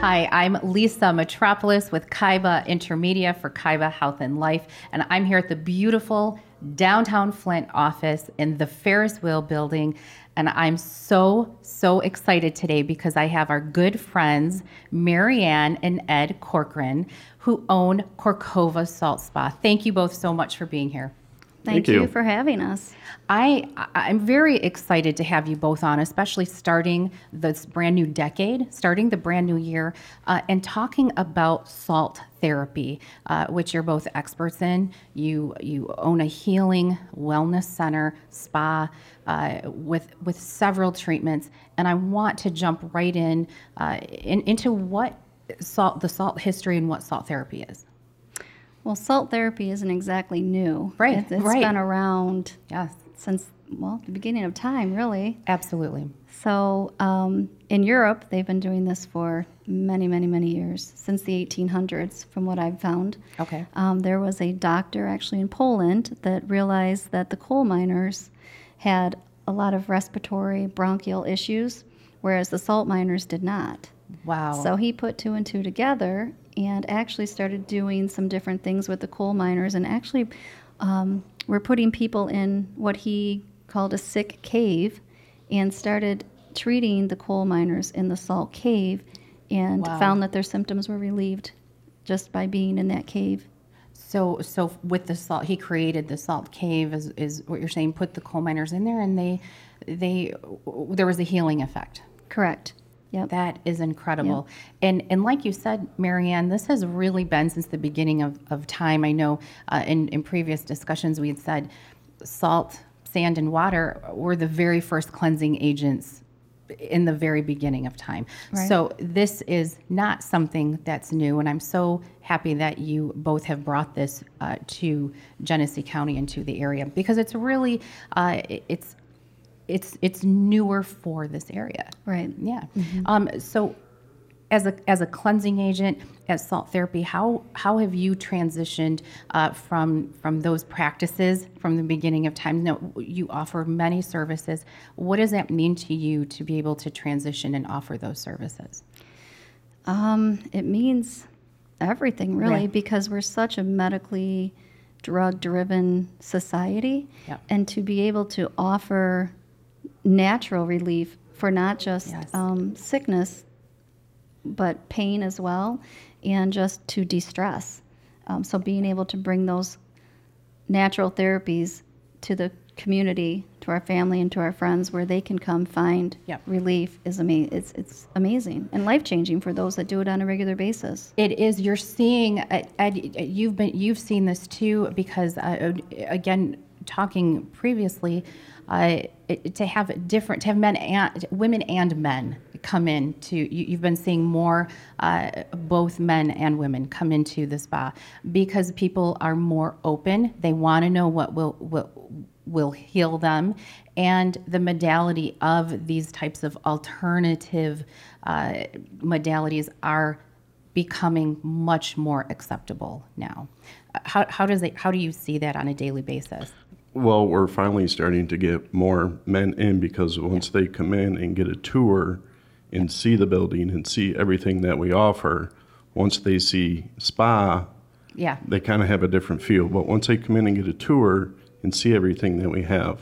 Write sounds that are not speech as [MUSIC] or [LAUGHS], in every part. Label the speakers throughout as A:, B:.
A: Hi, I'm Lisa Metropolis with Kaiba Intermedia for Kaiba Health and Life, and I'm here at the beautiful downtown Flint office in the Ferris Wheel building. And I'm so, so excited today because I have our good friends, Marianne and Ed Corcoran, who own Corcova Salt Spa. Thank you both so much for being here.
B: Thank,
C: Thank you.
B: you for having us.
A: I I- I'm very excited to have you both on, especially starting this brand new decade, starting the brand new year, uh, and talking about salt therapy, uh, which you're both experts in. You you own a healing wellness center, spa, uh, with with several treatments, and I want to jump right in, uh, in into what salt the salt history and what salt therapy is.
B: Well, salt therapy isn't exactly new.
A: Right,
B: It, has
A: right.
B: been around
A: Yes,
B: since, well, the beginning of time, really.
A: absolutely.
B: So um, in Europe, they've been doing this for many, many, many years, since the 1800s, from what I've found.
A: Okay.
B: Um, there was a doctor actually in Poland that realized that the coal miners had a lot of respiratory bronchial issues, whereas the salt miners did not.
A: Wow.
B: So he put two and two together and actually started doing some different things with the coal miners. And actually, um, we're putting people in what he called a sick cave and started treating the coal miners in the salt cave and
A: Wow.
B: found that their symptoms were relieved just by being in that cave.
A: So, so with the salt, he created the salt cave, is, is what you're saying. Put the coal miners in there, and they, they, there was a healing effect.
B: Correct. Yep.
A: That is incredible. And and like you said, Marianne, this has really been since the beginning of, of time. I know uh, in, in previous discussions we had said salt, sand, and water were the very first cleansing agents in the very beginning of time. So this is not something that's new, and I'm so happy that you both have brought this uh, to Genesee County and to the area because it's really uh, it- it's it's it's newer for this area.
B: right.
A: Yeah. Um, so, as a as a cleansing agent, as salt therapy, how how have you transitioned uh, from from those practices from the beginning of time? Now you offer many services. What does that mean to you to be able to transition and offer those services?
B: Um, it means everything, really,
A: Yeah.
B: because we're such a medically drug driven society.
A: Yep.
B: And to be able to offer natural relief for not just
A: Yes.
B: um, sickness, but pain as well, and just to de stress. Um, so being able to bring those natural therapies to the community, to our family, and to our friends, where they can come find
A: Yep.
B: relief is amazing. It's it's amazing and life changing for those that do it on a regular basis.
A: It is. You're seeing. Ed, Ed, you've been. You've seen this too, because uh, again, talking previously, uh, it, to have different, to have men and women and men come in to. You, you've been seeing more, uh, both men and women come into the spa because people are more open. They want to know what will what will heal them and the modality of these types of alternative uh, modalities are becoming much more acceptable now. Uh, How, how does it, how do you see that on a daily basis?
C: Well, we're finally starting to get more men in because once they come in and get a tour and see the building and see everything that we offer, once they see spa,
A: Yeah,
C: they kind of have a different feel. But once they come in and get a tour and see everything that we have,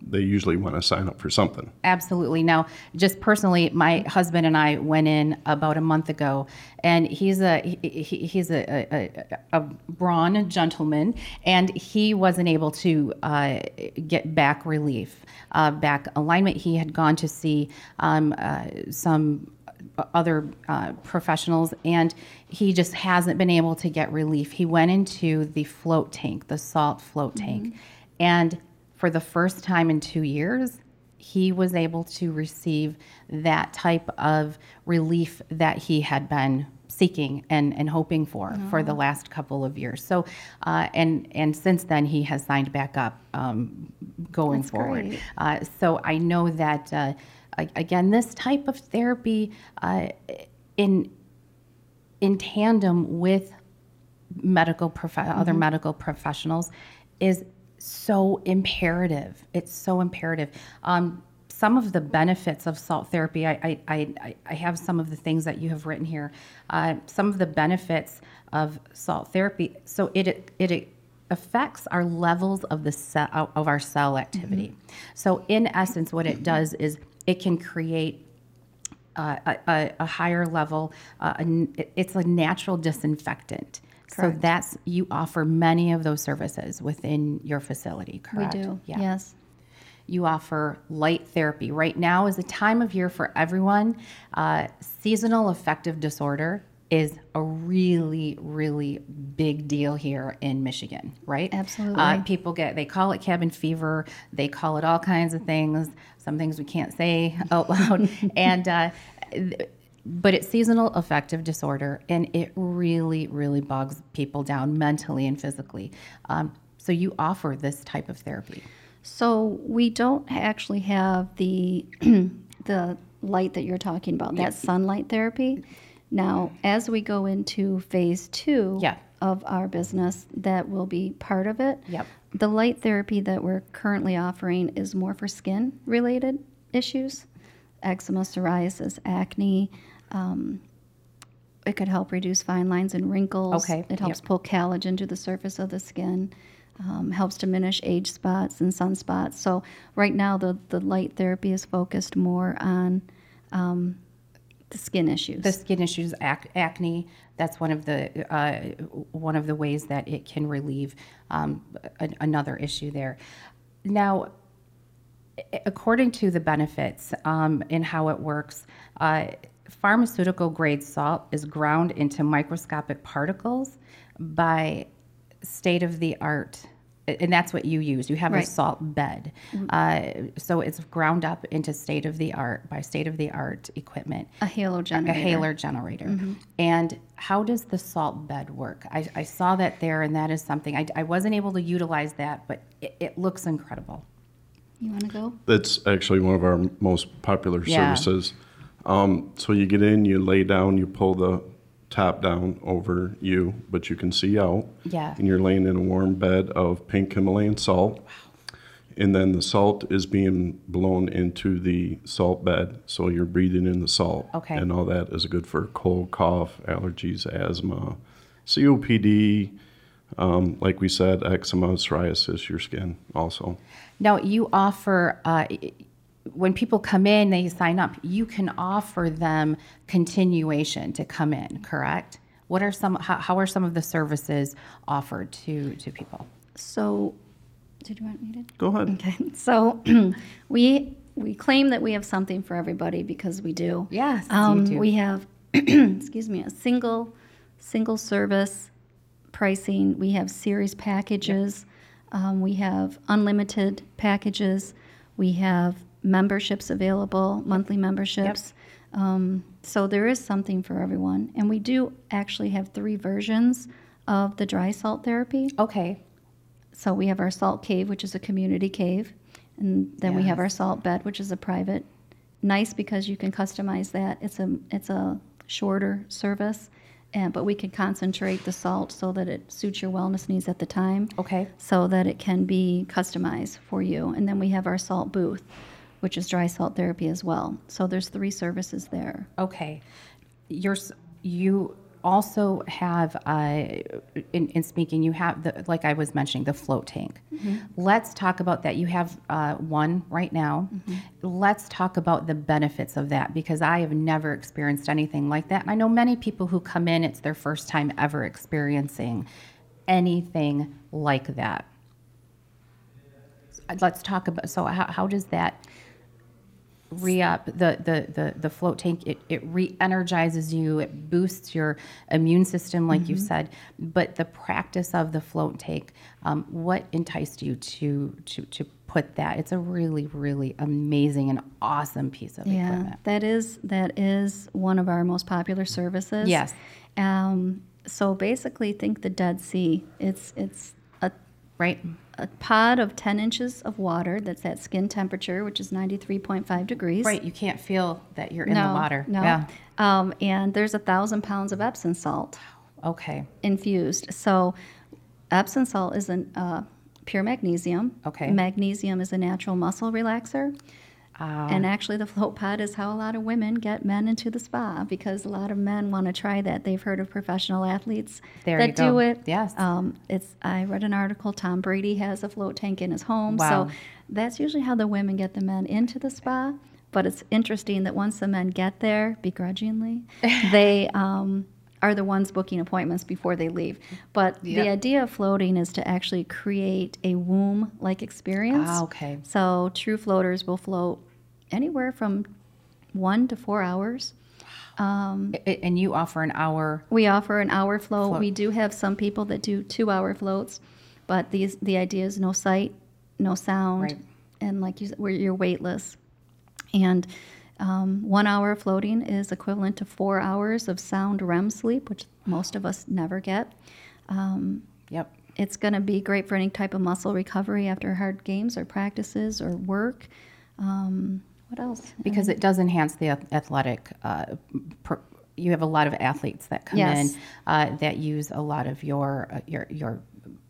C: they usually want to sign up for something.
A: absolutely. Now, just personally, my husband and I went in about a month ago, and he's a he, he- he's a, a, a, a brawn gentleman, and he wasn't able to uh, get back relief, uh, back alignment. He had gone to see um, uh, some other uh, professionals, and he just hasn't been able to get relief. He went into the float tank, the salt float tank, and for the first time in two years, he was able to receive that type of relief that he had been seeking and, and hoping for for the last couple of years. So, uh, and and since then he has signed back up um, going forward.
B: great.
A: Uh, so I know that uh, a- again, this type of therapy uh, in in tandem with medical prof- other medical professionals is so imperative. It's so imperative. Um, some of the benefits of salt therapy. I, I, I, I have some of the things that you have written here. Uh, some of the benefits of salt therapy. So it it affects our levels of the cell, of our cell activity. So in essence, what it does is it can create uh, a, a, a higher level. Uh, a n- it- it's a natural disinfectant. So
B: Correct.
A: that's you offer many of those services within your facility, correct?
B: We do.
A: Yeah.
B: Yes.
A: You offer light therapy. Right now is the time of year for everyone. Uh, seasonal affective disorder is a really, really big deal here in Michigan, right?
B: Absolutely.
A: Uh, people get, they call it cabin fever, they call it all kinds of things, some things we can't say [LAUGHS] out loud. and, uh, th- but it's seasonal affective disorder, and it really, really bogs people down mentally and physically. Um, so you offer this type of therapy.
B: So we don't actually have the [CLEARS THROAT] the light that you're talking about, that sunlight therapy. Now, as we go into phase two
A: Yeah.
B: of our business, that will be part of it.
A: Yep.
B: The light therapy that we're currently offering is more for skin related issues, eczema, psoriasis, acne. Um, it could help reduce fine lines and wrinkles.
A: Okay,
B: It helps
A: yep.
B: pull collagen to the surface of the skin, um, helps diminish age spots and sunspots. So, right now, the, the light therapy is focused more on um, the skin issues.
A: the skin issues, ac- acne. That's one of the uh, one of the ways that it can relieve um, a- another issue there. Now, a- according to the benefits um, and how it works, uh, pharmaceutical grade salt is ground into microscopic particles by state of the art. And that's what you use. You have a
B: Right. Mm-hmm.
A: salt bed. Uh, so it's ground up into state of the art by state of the art equipment
B: a halo generator.
A: a haler generator. Mm-hmm. And how does the salt bed work? I, I saw that there, and that is something I, I wasn't able to utilize that, but it, it looks incredible.
B: You want to go?
C: That's actually one of our most popular
A: Yeah.
C: services. Um, so you get in, you lay down, you pull the top down over you, but you can see out.
A: Yeah.
C: And you're laying in a warm bed of pink Himalayan salt. And then the salt is being blown into the salt bed, so you're breathing in the salt.
A: Okay.
C: And all that is good for cold, cough, allergies, asthma, COPD, um, like we said, eczema, psoriasis, your skin also.
A: Now, you offer, uh, when people come in, they sign up, you can offer them continuation to come in, correct? What are some, how, how are some of the services offered to, to people?
B: So, did you want me to?
C: Go ahead.
B: Okay. [LAUGHS] So, [CLEARS THROAT] we we claim that we have something for everybody because we do.
A: Yes, you
B: Um,
A: do.
B: We have, [CLEARS THROAT] excuse me, a single single service pricing. We have series packages. Um, we have unlimited packages. We have memberships available, monthly memberships. Um, so there is something for everyone, and we do actually have three versions of the dry salt therapy.
A: Okay,
B: So we have our salt cave, which is a community cave, and then we have our salt bed, which is a private. Nice because you can customize that. It's a it's a shorter service, and but we can concentrate the salt so that it suits your wellness needs at the time.
A: okay,
B: So that it can be customized for you, and then we have our salt booth, which is dry salt therapy as well. So there's three services there.
A: Okay. You're, s- you also have, uh, in, in speaking, you have, the, like I was mentioning, the float tank. Let's talk about that. You have uh, one right now. Let's talk about the benefits of that because I have never experienced anything like that. And I know many people who come in, it's their first time ever experiencing anything like that. Uh, Let's talk about, so how, how does that re-up the, the, the, the float tank it, it re-energizes you it boosts your immune system like
B: Mm-hmm.
A: you said but the practice of the float tank um, what enticed you to, to to put that it's a really really amazing and awesome piece of
B: Yeah,
A: equipment
B: that is that is one of our most popular services.
A: Yes.
B: Um, so basically, think the Dead Sea. It's it's a,
A: right
B: a pod of ten inches of water that's at skin temperature, which is ninety three point five degrees.
A: right you can't feel that you're in
B: no,
A: the water
B: No.
A: yeah
B: Um, and there's a thousand pounds of Epsom salt
A: okay
B: infused. So Epsom salt is an uh, pure magnesium.
A: Okay.
B: Magnesium is a natural muscle relaxer.
A: Ah.
B: And actually, the float pod is how a lot of women get men into the spa because a lot of men want to try that. They've heard of professional athletes
A: There
B: that
A: you go.
B: do it.
A: Yes.
B: Um, it's. I read an article. Tom Brady has a float tank in his home.
A: Wow.
B: So that's usually how the women get the men into the spa. But it's interesting that once the men get there, begrudgingly, they um, are the ones booking appointments before they leave. But the
A: Yep.
B: idea of floating is to actually create a womb like experience.
A: Ah, okay.
B: So true floaters will float anywhere from one to four hours. Mm.
A: I- I- And you offer an hour.
B: We offer an hour float.
A: Float.
B: We do have some people that do two hour floats, but these the idea is no sight, no sound,
A: Right.
B: and like you said, where you're weightless. And um, one hour of floating is equivalent to four hours of sound REM sleep, which most of us never get.
A: Yep.
B: It's going to be great for any type of muscle recovery after hard games or practices or work. Um, what else?
A: Because it does enhance the ath- athletic. Uh, pr- you have a lot of athletes that come
B: Yes.
A: in uh, that use a lot of your uh, your your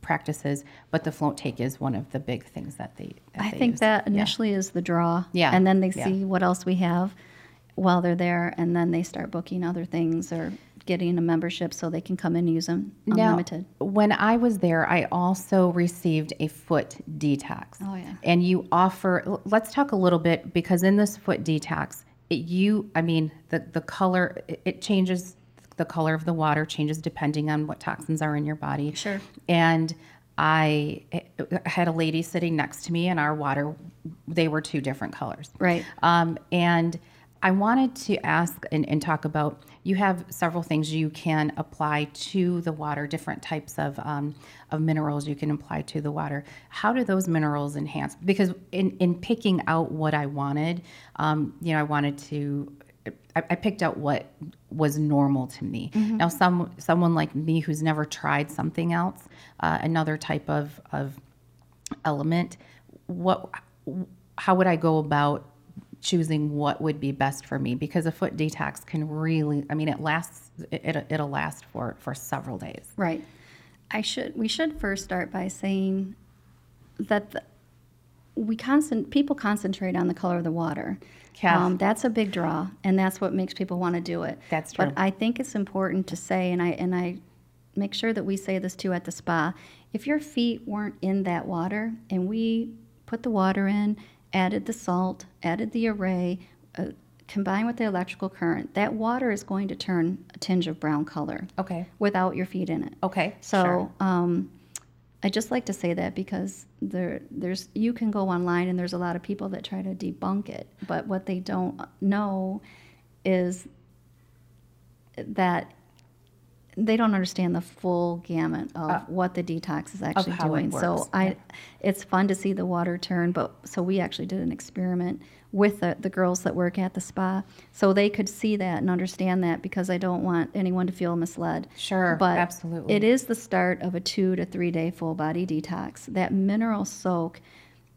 A: practices, but the float take is one of the big things that they. that
B: I
A: they
B: think
A: use.
B: that
A: Yeah.
B: initially is the draw.
A: Yeah,
B: And then they
A: yeah.
B: see what else we have while they're there, and then they start booking other things or getting a membership so they can come in and use them unlimited.
A: Now, when I was there, I also received a foot detox.
B: Oh, yeah.
A: And you offer, l- let's talk a little bit because in this foot detox, it, you, I mean, the, the color, it, it changes, the color of the water changes depending on what toxins are in your body.
B: Sure.
A: And I eh, I had a lady sitting next to me, and our water, they were two different colors.
B: Right.
A: Um, and I wanted to ask and, and talk about you have several things you can apply to the water, different types of, um, of minerals you can apply to the water. How do those minerals enhance? Because in, in picking out what I wanted, um, you know, I wanted to. I, I picked out what was normal to me. Now, some someone like me who's never tried something else, uh, another type of, of element what how would i go about choosing what would be best for me because a foot detox can really i mean it lasts it, it'll last for for several days
B: Right. I should. We should first start by saying that the, we constant people concentrate on the color of the water. Um,
A: Yeah.
B: that's a big draw, and that's what makes people want to do it.
A: That's true.
B: But I think it's important to say, and I and I make sure that we say this too at the spa. If your feet weren't in that water, and we put the water in, added the salt, added the array. Uh, combined with the electrical current that water is going to turn a tinge of brown color
A: okay
B: without your feet in it
A: okay
B: so
A: sure.
B: um, I just like to say that because there, there's you can go online and there's a lot of people that try to debunk it, but what they don't know is that they don't understand the full gamut of what the detox is actually
A: how it
B: doing.
A: works,
B: So I, it's fun to see the water turn, but so we actually did an experiment with the, the girls that work at the spa, so they could see that and understand that because I don't want anyone to feel misled.
A: Sure,
B: but
A: absolutely.
B: It is the start of a two to three day full body detox. That mineral soak.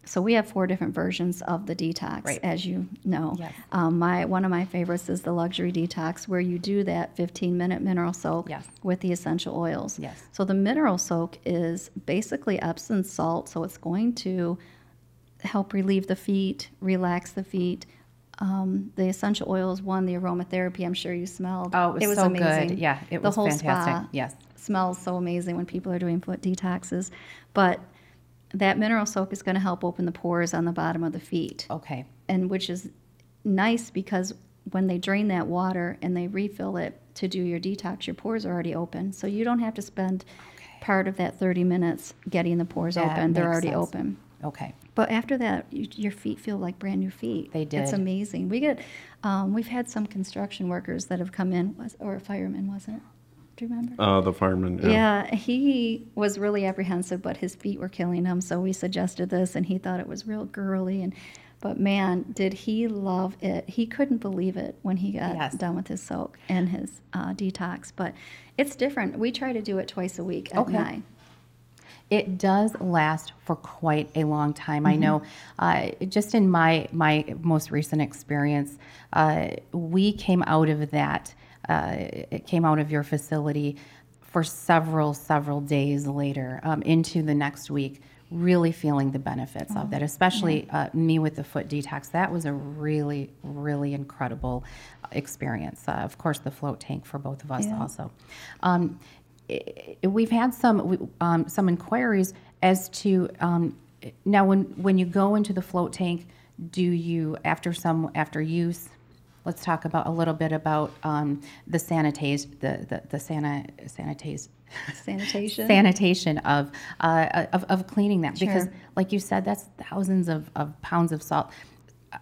B: So we have four different versions of the detox,
A: Right.
B: as you know.
A: Yes.
B: Um, my one of my favorites is the luxury detox, where you do that 15 minute mineral soak
A: Yes.
B: with the essential oils.
A: Yes.
B: So the mineral soak is basically Epsom salt, so it's going to help relieve the feet, relax the feet. Um, the essential oils, one, the aromatherapy. I'm sure you smelled.
A: Oh, it was so good. Yeah, it
B: the
A: was
B: whole
A: fantastic.
B: spa
A: Yes.
B: smells so amazing when people are doing foot detoxes. But that mineral soak is going to help open the pores on the bottom of the feet,
A: okay
B: and which is nice because when they drain that water and they refill it to do your detox, your pores are already open, so you don't have to spend part of that 30 minutes getting the pores
A: That
B: open. They're
A: makes
B: already
A: sense.
B: open.
A: okay
B: But after that, you, your feet feel like brand new feet.
A: They
B: It's
A: did.
B: amazing. We get, um, we've had some construction workers that have come in, was, or a fireman, wasn't it? Do you remember?
C: Uh, the fireman.
B: Yeah, he was really apprehensive, but his feet were killing him. So we suggested this, and he thought it was real girly. And but man, did he love it! He couldn't believe it when he got
A: Yes.
B: done with his soak and his uh, detox. But it's different. We try to do it twice a week at
A: Okay.
B: night.
A: it does last for quite a long time. I know, uh, just in my my most recent experience, uh, we came out of that. Uh, it came out of your facility for several several days later um, into the next week really feeling the benefits of that, especially uh, me with the foot detox. That was a really, really incredible experience. Uh, of course, the float tank for both of us also. Um, i- i- we've had some we- um, some inquiries as to um, now when when you go into the float tank, do you after some after use? Let's talk about a little bit about um, the sanitize the the, the sana, sanitize
B: Sanitation.
A: sanitation of, uh, of of cleaning that because
B: Sure.
A: like you said that's thousands of, of pounds of salt Uh,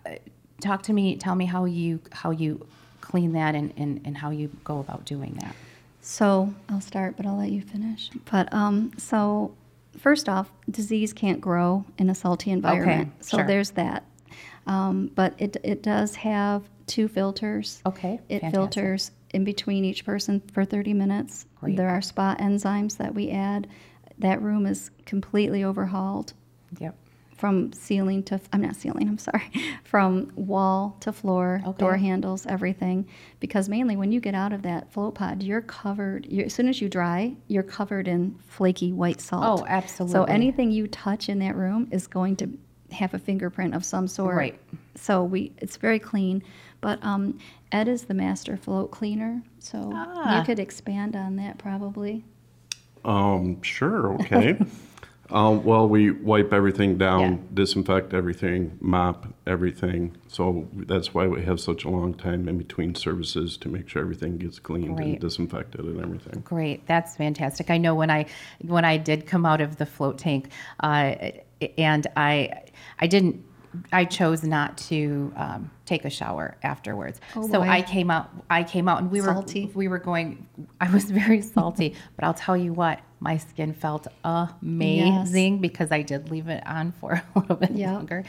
A: talk to me tell me how you how you clean that and, and, and how you go about doing that
B: So I'll start, but I'll let you finish. But um, so first off, disease can't grow in a salty environment. so
A: sure.
B: there's that. Um, but it it does have two filters.
A: Okay,
B: It
A: fantastic.
B: filters in between each person for 30 minutes.
A: Great.
B: There are spa enzymes that we add. That room is completely overhauled
A: yep
B: from ceiling to I'm not ceiling, I'm sorry, [LAUGHS] from wall to floor,
A: Okay.
B: door handles, everything. Because mainly when you get out of that float pod, you're covered. you as soon as you dry, you're covered in flaky white salt.
A: Oh, absolutely.
B: So anything you touch in that room is going to have a fingerprint of some sort.
A: Right.
B: So we it's very clean. But um, Ed is the master float cleaner, so
A: Ah.
B: you could expand on that probably.
C: Um, sure, okay.
B: [LAUGHS]
C: um, well, we wipe everything down,
A: Yeah.
C: disinfect everything, mop everything. So that's why we have such a long time in between services to make sure everything gets cleaned
A: Great.
C: and disinfected and everything.
A: Great, that's fantastic. I know when I when I did come out of the float tank, uh, and I I didn't I chose not to um, take a shower afterwards.
B: Oh,
A: so
B: boy.
A: I came out I came out and we
B: Salty.
A: were we were going. I was very salty, [LAUGHS] but I'll tell you what, my skin felt amazing because I did leave it on for a [LAUGHS] little bit
B: Yep.
A: longer.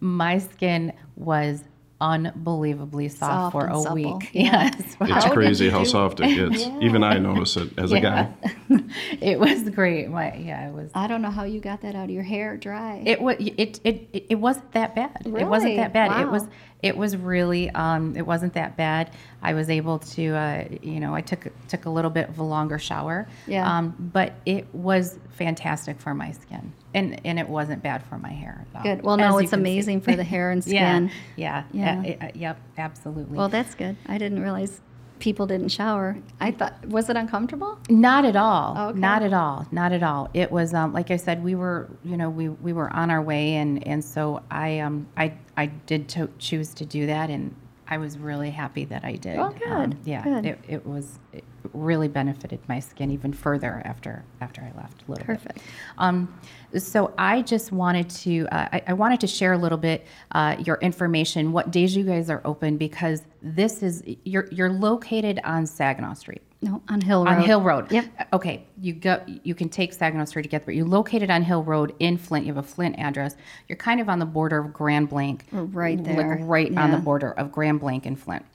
A: My skin was unbelievably soft,
B: Soft
A: for
B: and
A: a
B: supple,
A: week. [LAUGHS]
B: yeah.
A: Yes.
C: It's
B: How did
C: crazy
B: you
C: how
B: do-
C: soft it gets.
B: [LAUGHS]
C: Even I notice it as a
A: Yeah.
C: guy.
A: it was great. My yeah, it was.
B: I don't know how you got that out of your hair dry.
A: It was it it it- it wasn't that bad. It wasn't
B: Really?
A: that bad. It
B: Wow.
A: was it was really um it wasn't that bad. I was able to uh you know I took took a little bit of a longer shower.
B: Yeah.
A: Um, but it was fantastic for my skin, and and it wasn't bad for my hair. at all.
B: Good. Well,
A: As
B: no,
A: you
B: it's
A: can see.
B: amazing for the hair and
A: [LAUGHS] Yeah,
B: skin.
A: yeah, yeah,
B: Yeah.
A: uh, yep, absolutely.
B: Well, that's good. I didn't realize people didn't shower. I thought, was it uncomfortable?
A: Not at all.
B: Oh, Okay.
A: Not at all. Not at all. It was um, like I said, we were, you know, we, we were on our way, and and so I um I I did to choose to do that, and I was really happy that I did.
B: Oh, good.
A: Um, yeah,
B: Good.
A: it it was it really benefited my skin even further after after I left a little bit.
B: Perfect.
A: Um, so I just wanted to uh, I, I wanted to share a little bit uh, your information, what days you guys are open, because this is you're you're located on Saginaw Street.
B: No, on Hill Road.
A: On Hill Road.
B: Yep.
A: Okay, you go. You can take Saginaw Street to get there. You locate it on Hill Road in Flint. You have a Flint address. You're kind of on the border of Grand Blanc.
B: We're Oh, right
A: like
B: there.
A: right on the
B: Yeah.
A: border of Grand Blanc and Flint.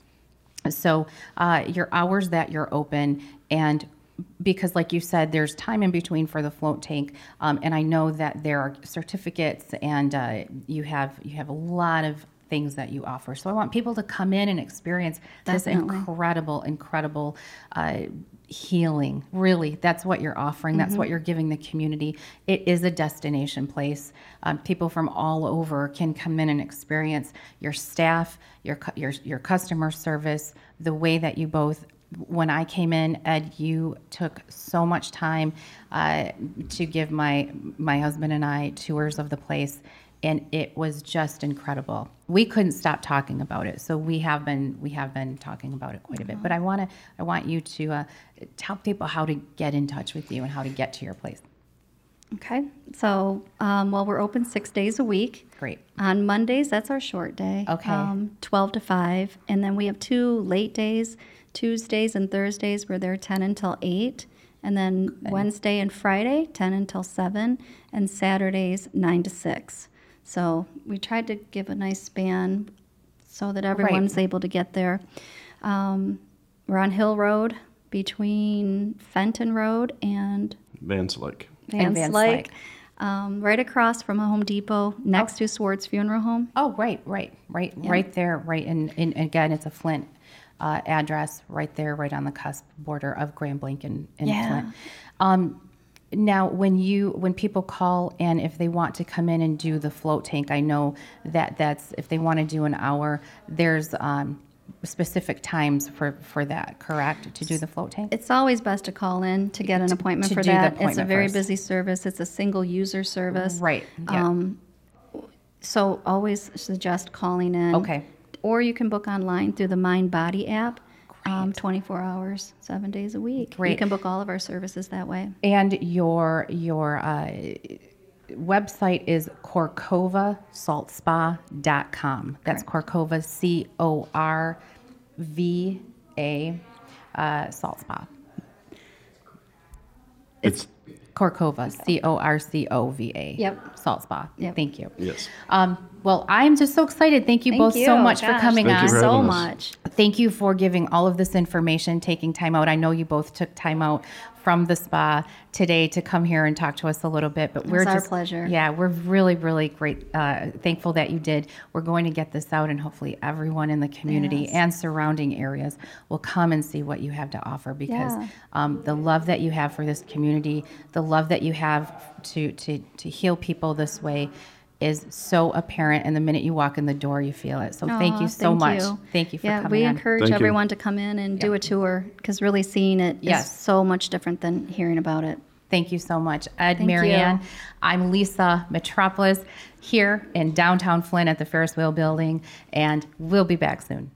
A: So uh, your hours that you're open and because like you said there's time in between for the float tank um, and i know that there are certificates and uh, you have you have a lot of things that you offer so i want people to come in and experience this
B: Definitely.
A: incredible incredible uh, healing really that's what you're offering that's what you're giving the community it is a destination place um, people from all over can come in and experience your staff your cu- your, your customer service the way that you both when I came in, Ed, you took so much time uh, to give my my husband and I tours of the place, and it was just incredible. We couldn't stop talking about it, so we have been we have been talking about it quite a bit. But I want to I want you to uh, tell people how to get in touch with you and how to get to your place.
B: Okay. So, um, well, we're open six days a week.
A: Great.
B: On Mondays, that's our short day.
A: Okay.
B: 12 to 5. And then we have two late days, Tuesdays and Thursdays, where they're 10 until 8. And then Wednesday and Friday, 10 until 7. And Saturdays, 9 to 6. So we tried to give a nice span so that everyone's able to get there. Um, we're on Hill Road between Fenton Road and
C: Vance Lake.
A: And Van
B: Van Slyke, um, right across from a Home Depot, next to Swartz Funeral Home.
A: Oh, right, right, right,
B: Yeah.
A: right there, right. And in, in, again, it's a Flint uh, address right there, right on the cusp border of Grand Blanc and, and
B: Yeah.
A: Flint. Um, Now, when you when people call and if they want to come in and do the float tank, I know that that's if they want to do an hour, there's um, specific times for for that, correct? To do the float tank.
B: It's always best to call in to get an appointment
A: to
B: for
A: do the
B: that. it's a
A: appointment
B: very
A: first.
B: busy service. It's a single user service.
A: Right, yeah.
B: Um, so always suggest calling in.
A: Okay.
B: Or you can book online through the Mind Body app. Um, 24 hours, seven days a week. You
A: Great.
B: can book all of our services that way.
A: And your your uh, website is corcovasaltspa.com. That's Corcova C O R V A uh, Salt Spa.
C: It's
A: Corcova C O R C O V A.
B: Yep.
A: Salt Spa.
B: Yep.
A: Thank you.
C: yes.
A: Um, well, I'm just so excited. Thank you
B: Thank
A: both so
B: you.
A: much for
B: Gosh,
A: coming
C: Thank
A: on.
C: you for
B: so
C: having us.
B: much.
A: Thank you for giving all of this information, taking time out. I know you both took time out from the spa today to come here and talk to us a little bit, but we're
B: our
A: just
B: pleasure.
A: Yeah, we're really, really great. Uh, thankful that you did. We're going to get this out, and hopefully, everyone in the community
B: Yes.
A: and surrounding areas will come and see what you have to offer because
B: Yeah.
A: um, the love that you have for this community, the love that you have to to to heal people this way. Is so apparent, and the minute you walk in the door, you feel it. So thank
B: Aw,
A: you so much.
B: you.
A: Thank you for
B: yeah,
A: coming
B: we
A: on.
B: encourage
C: Thank you.
B: everyone to come in and do a tour because really seeing it is
A: Yes.
B: so much different than hearing about it.
A: Thank you so much, Ed,
B: Thank
A: Marianne.
B: you.
A: I'm Lisa Metropolis here in downtown Flynn at the Ferris Wheel Building, and we'll be back soon.